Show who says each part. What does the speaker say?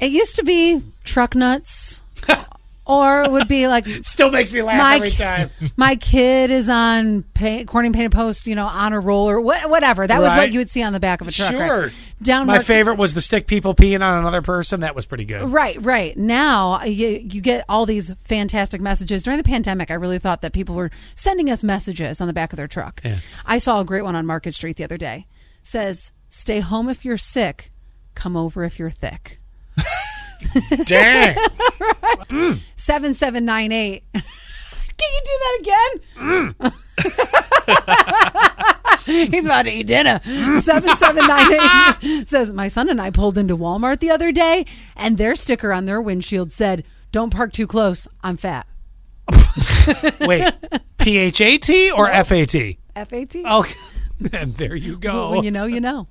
Speaker 1: It used to be truck nuts, or it would be like
Speaker 2: Still makes me laugh
Speaker 1: My-
Speaker 2: every time.
Speaker 1: my kid is on pay, Corning Painted Post, you know, on a roller, wha- whatever. That was
Speaker 2: Right.
Speaker 1: what you would see on the back of a truck.
Speaker 2: Sure.
Speaker 1: Right? Down
Speaker 2: My
Speaker 1: market-
Speaker 2: favorite was the stick people peeing on another person. That was pretty good.
Speaker 1: Right, right. Now you, you get all these fantastic messages. During the pandemic, I really thought that people were sending us messages on the back of their truck. I saw a great one on Market Street the other day. Says, "Stay home if you're sick, come over if you're thick."
Speaker 2: Dang.
Speaker 1: 7798. Can you do that again? He's about to eat dinner. 7798 says, My son and I pulled into Walmart the other day, and their sticker on their windshield said, Don't park too close. I'm fat.
Speaker 2: Wait, P H A T or F A T?
Speaker 1: F A T.
Speaker 2: Oh. Okay. And there you go.
Speaker 1: When you know, you know.